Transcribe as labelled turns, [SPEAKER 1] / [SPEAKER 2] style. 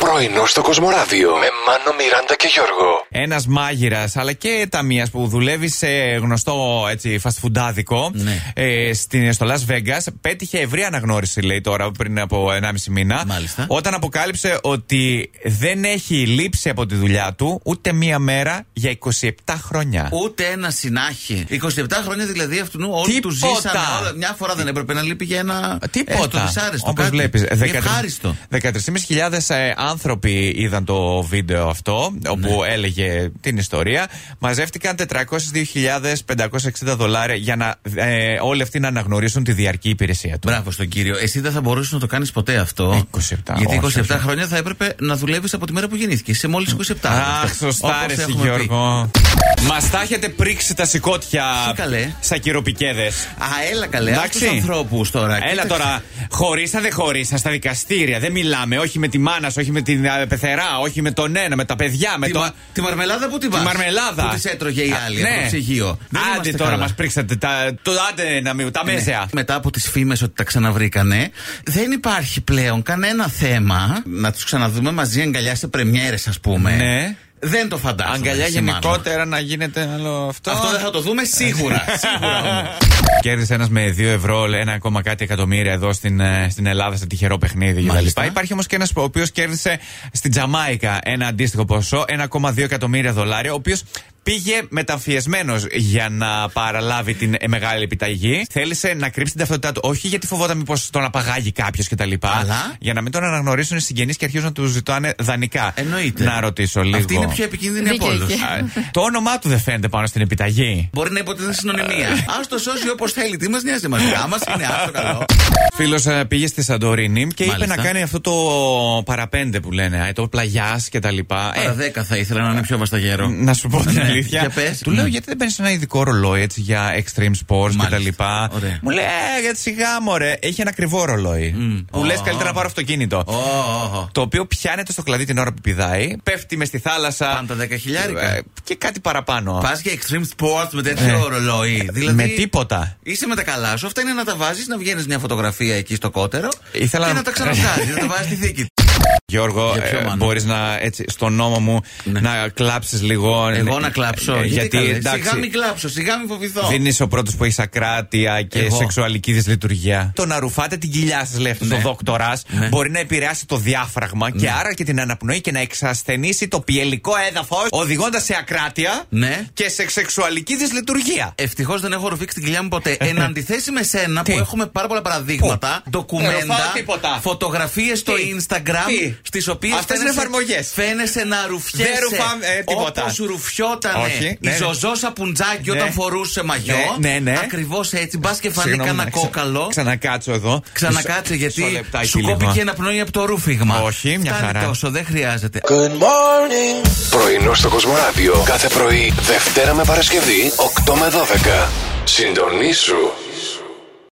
[SPEAKER 1] Πρωινό στο Κοσμοράδιο με Μάνο, Μιράντα και Γιώργο.
[SPEAKER 2] Ένας μάγειρας, αλλά και ταμείας που δουλεύει σε γνωστό έτσι, fast foodάδικο
[SPEAKER 3] Ναι.
[SPEAKER 2] ε, στην, στο Las Vegas, πέτυχε ευρύ αναγνώριση, λέει τώρα, πριν από 1,5 μήνα.
[SPEAKER 3] Μάλιστα.
[SPEAKER 2] Όταν αποκάλυψε ότι δεν έχει λείψει από τη δουλειά του ούτε μία μέρα για 27 χρόνια.
[SPEAKER 3] Ούτε ένα συνάχη. 27 χρόνια δηλαδή αυτού του όλοι του
[SPEAKER 2] Τίποτα. Ε,
[SPEAKER 3] ζήσαμε. όλα. Μια φορά δεν έπρεπε να λείπει για ένα. έστω
[SPEAKER 2] Τίποτα.
[SPEAKER 3] Ε,
[SPEAKER 2] ε,
[SPEAKER 3] δυσάρεστο
[SPEAKER 2] Όπως
[SPEAKER 3] κάτι.
[SPEAKER 2] βλέπεις.
[SPEAKER 3] Ευχάριστο.
[SPEAKER 2] 13.500 ε, άνθρωποι είδαν το βίντεο αυτό, όπου
[SPEAKER 3] Ναι.
[SPEAKER 2] έλεγε την ιστορία. Μαζεύτηκαν 402.560 δολάρια για να ε, όλοι αυτοί να αναγνωρίσουν τη διαρκή υπηρεσία του.
[SPEAKER 3] Μπράβο στον κύριο. Εσύ δεν θα μπορούσες να το κάνεις ποτέ αυτό.
[SPEAKER 2] 27,
[SPEAKER 3] Γιατί 27
[SPEAKER 2] όχι, όχι.
[SPEAKER 3] χρόνια θα έπρεπε να δουλεύεις από τη μέρα που γεννήθηκες. Σε μόλι 27.
[SPEAKER 2] Αχ,
[SPEAKER 3] Αυτό.
[SPEAKER 2] σωστά,
[SPEAKER 3] Όπως
[SPEAKER 2] ρε, εσύ,
[SPEAKER 3] έχουμε πει.
[SPEAKER 2] Γιώργο. Μας τα έχετε πρίξει τα σηκώτια.
[SPEAKER 3] Τι καλέ.
[SPEAKER 2] Σακυροπικέδε.
[SPEAKER 3] Α, έλα καλέ.
[SPEAKER 2] Εντάξει.
[SPEAKER 3] Τους ανθρώπους τώρα.
[SPEAKER 2] Έλα
[SPEAKER 3] Κοίταξε.
[SPEAKER 2] τώρα, χωρίσα δεν χωρίσα, στα δικαστήρια δεν μιλάμε. Όχι με τη μάνα, σου, όχι με την ε, πεθερά, όχι με τον ένα, με τα παιδιά, με
[SPEAKER 3] Τη,
[SPEAKER 2] το.
[SPEAKER 3] μα- τη μαρμελάδα που την
[SPEAKER 2] Τη
[SPEAKER 3] πας.
[SPEAKER 2] μαρμελάδα.
[SPEAKER 3] Που της έτρωγε η
[SPEAKER 2] Α,
[SPEAKER 3] άλλη
[SPEAKER 2] ναι.
[SPEAKER 3] από το ψυγείο. Δεν
[SPEAKER 2] Άντε
[SPEAKER 3] είμαστε
[SPEAKER 2] τώρα
[SPEAKER 3] καλά.
[SPEAKER 2] μας πρίξατε τα. Το άντε να μην. Τα
[SPEAKER 3] Ναι.
[SPEAKER 2] μέσα.
[SPEAKER 3] Μετά από τις φήμες ότι τα ξαναβρήκανε, δεν υπάρχει πλέον κανένα θέμα να τους ξαναδούμε μαζί αγκαλιά σε πρεμιέρες, ας πούμε.
[SPEAKER 2] Ναι.
[SPEAKER 3] Δεν το φαντάζομαι.
[SPEAKER 2] Αγκαλιά
[SPEAKER 3] εσύ, μάλλον.
[SPEAKER 2] γενικότερα να γίνεται άλλο αυτό.
[SPEAKER 3] Αυτό δεν θα το δούμε σίγουρα. σίγουρα όμως.
[SPEAKER 2] Κέρδισε ένας με 2 ευρώ, λέει, ένα ακόμα κάτι εκατομμύρια εδώ στην, ε, στην Ελλάδα σε τυχερό παιχνίδι κτλ.
[SPEAKER 3] Μάλιστα.
[SPEAKER 2] Υπάρχει όμως και ένας ο οποίος κέρδισε στην Τζαμάικα ένα αντίστοιχο ποσό, 1,2 εκατομμύρια δολάρια, ο οποίος πήγε μεταμφιεσμένο για να παραλάβει την ε, μεγάλη επιταγή. Θέλησε να κρύψει την ταυτότητά του. Όχι γιατί φοβόταν πω τον απαγάγει κάποιος κτλ.
[SPEAKER 3] Αλλά?
[SPEAKER 2] Για να μην τον αναγνωρίσουν οι συγγενείς και αρχίζουν να του ζητάνε δανεικά.
[SPEAKER 3] Εννοείται.
[SPEAKER 2] Να ρωτήσω λίγο.
[SPEAKER 3] Αυτή είναι πιο επικίνδυνη από
[SPEAKER 4] Δίκαιο
[SPEAKER 3] όλου.
[SPEAKER 4] εκεί.
[SPEAKER 2] Α, Το όνομά του δεν φαίνεται πάνω στην επιταγή.
[SPEAKER 3] Μπορεί να υποτίθεται συνωνυμία.
[SPEAKER 2] Ε.
[SPEAKER 3] Ας το σώσει όπως θέλει. Τι μας νοιάζει εμάς. μας είναι άστο καλό.
[SPEAKER 2] Φίλος ε, πήγε στη Σαντορίνη και είπε
[SPEAKER 3] Μάλιστα.
[SPEAKER 2] να κάνει αυτό το παραπέντε που λένε, ε, το πλαγιάς και τα λοιπά.
[SPEAKER 3] Παρά
[SPEAKER 2] Ε,
[SPEAKER 3] 10 θα ήθελα να είναι πιο βασταγέρο.
[SPEAKER 2] να σου πω την
[SPEAKER 3] Ναι,
[SPEAKER 2] αλήθεια.
[SPEAKER 3] για πες.
[SPEAKER 2] Του λέω
[SPEAKER 3] Ναι.
[SPEAKER 2] γιατί δεν παίρνεις ένα ειδικό ρολόι έτσι, για extreme sports και τα
[SPEAKER 3] Μάλιστα.
[SPEAKER 2] λοιπά.
[SPEAKER 3] Ωραία.
[SPEAKER 2] Μου λέει, ε, γιατί σιγά μωρέ, έχει ένα ακριβό ρολόι. Μου λες
[SPEAKER 3] Ω.
[SPEAKER 2] καλύτερα να πάρω αυτοκίνητο.
[SPEAKER 3] Ω, ω, ω.
[SPEAKER 2] Το οποίο πιάνεται στο κλαδί την ώρα που πηδάει, πέφτει μες στη θάλασσα.
[SPEAKER 3] Πάντα 10 χιλιάρικα.
[SPEAKER 2] Ε, Και κάτι παραπάνω.
[SPEAKER 3] Πας για extreme sports με τέτοιο ρολόι. Δηλαδή,
[SPEAKER 2] Ε. Με τίποτα.
[SPEAKER 3] Είσαι με τα καλά σου. Αυτά είναι να τα βάζεις, να βγαίνεις μια φωτογραφία εκεί στο κότερο
[SPEAKER 2] Ήθελα
[SPEAKER 3] και
[SPEAKER 2] να-
[SPEAKER 3] να τα ξαναβγάζεις, να τα βάζεις στη θήκη.
[SPEAKER 2] Γιώργο,
[SPEAKER 3] Για ποιο,
[SPEAKER 2] ε,
[SPEAKER 3] Μάνο?
[SPEAKER 2] μπορείς να έτσι, στον νόμο μου να κλάψεις λίγο.
[SPEAKER 3] Εγώ να κλάψω.
[SPEAKER 2] Ε,
[SPEAKER 3] ναι. γιατί
[SPEAKER 2] γιατί
[SPEAKER 3] καλέ,
[SPEAKER 2] εντάξει,
[SPEAKER 3] σιγά μην κλάψω, σιγά μην φοβηθώ.
[SPEAKER 2] δεν είσαι ο πρώτος που έχει ακράτεια και
[SPEAKER 3] Εγώ.
[SPEAKER 2] σεξουαλική δυσλειτουργία. Το να ρουφάτε την κοιλιά σας, λέει αυτός ο
[SPEAKER 3] Ναι.
[SPEAKER 2] δόκτορα, μπορεί να επηρεάσει το διάφραγμα και άρα και την αναπνοή και να εξασθενήσει το πιελικό έδαφος, οδηγώντας σε ακράτεια
[SPEAKER 3] Ναι.
[SPEAKER 2] και σε σεξουαλική δυσλειτουργία.
[SPEAKER 3] Ευτυχώς δεν έχω ρουφήξει την κοιλιά μου ποτέ. Εν αντιθέσει με σένα
[SPEAKER 2] Τι?
[SPEAKER 3] που έχουμε πάρα πολλά παραδείγματα, Ε,
[SPEAKER 2] Πού? Δεν
[SPEAKER 3] ντοκουμέντα,
[SPEAKER 2] ρουφάω τίποτα.
[SPEAKER 3] φωτογραφίες στο
[SPEAKER 2] Τι? Τι?
[SPEAKER 3] Instagram, στις οποίες.
[SPEAKER 2] Αυτές είναι εφαρμογές.
[SPEAKER 3] Φαίνεσαι να ρουφιέσαι.
[SPEAKER 2] Δεν ρουφάμε, ε, τίποτα.
[SPEAKER 3] Όπω ρουφιότανε
[SPEAKER 2] Όχι,
[SPEAKER 3] η
[SPEAKER 2] ναι, ναι.
[SPEAKER 3] Ζωζό Σαπουτζάκη
[SPEAKER 2] Ναι.
[SPEAKER 3] όταν φορούσε μαγιό.
[SPEAKER 2] Ναι, ναι, ναι.
[SPEAKER 3] Ακριβώς έτσι. Μπας και φανεί
[SPEAKER 2] Συγγνώμη,
[SPEAKER 3] κανένα
[SPEAKER 2] να ξα-
[SPEAKER 3] κόκαλο.
[SPEAKER 2] Ξανακάτσω εδώ.
[SPEAKER 3] Ξανακάτσε
[SPEAKER 2] Μισό- μισό
[SPEAKER 3] γιατί
[SPEAKER 2] λεπτάκι
[SPEAKER 3] σου
[SPEAKER 2] λίγο.
[SPEAKER 3] κόπηκε ένα πνοή από το ρούφιγμα.
[SPEAKER 2] Όχι, μια
[SPEAKER 3] Φτάνει
[SPEAKER 2] χαρά.
[SPEAKER 3] τόσο, δεν χρειάζεται.
[SPEAKER 1] Πρωινό στο Κοσμοράδιο κάθε πρωί, Δευτέρα με Παρασκευή, 8 με 12. Συντονίσου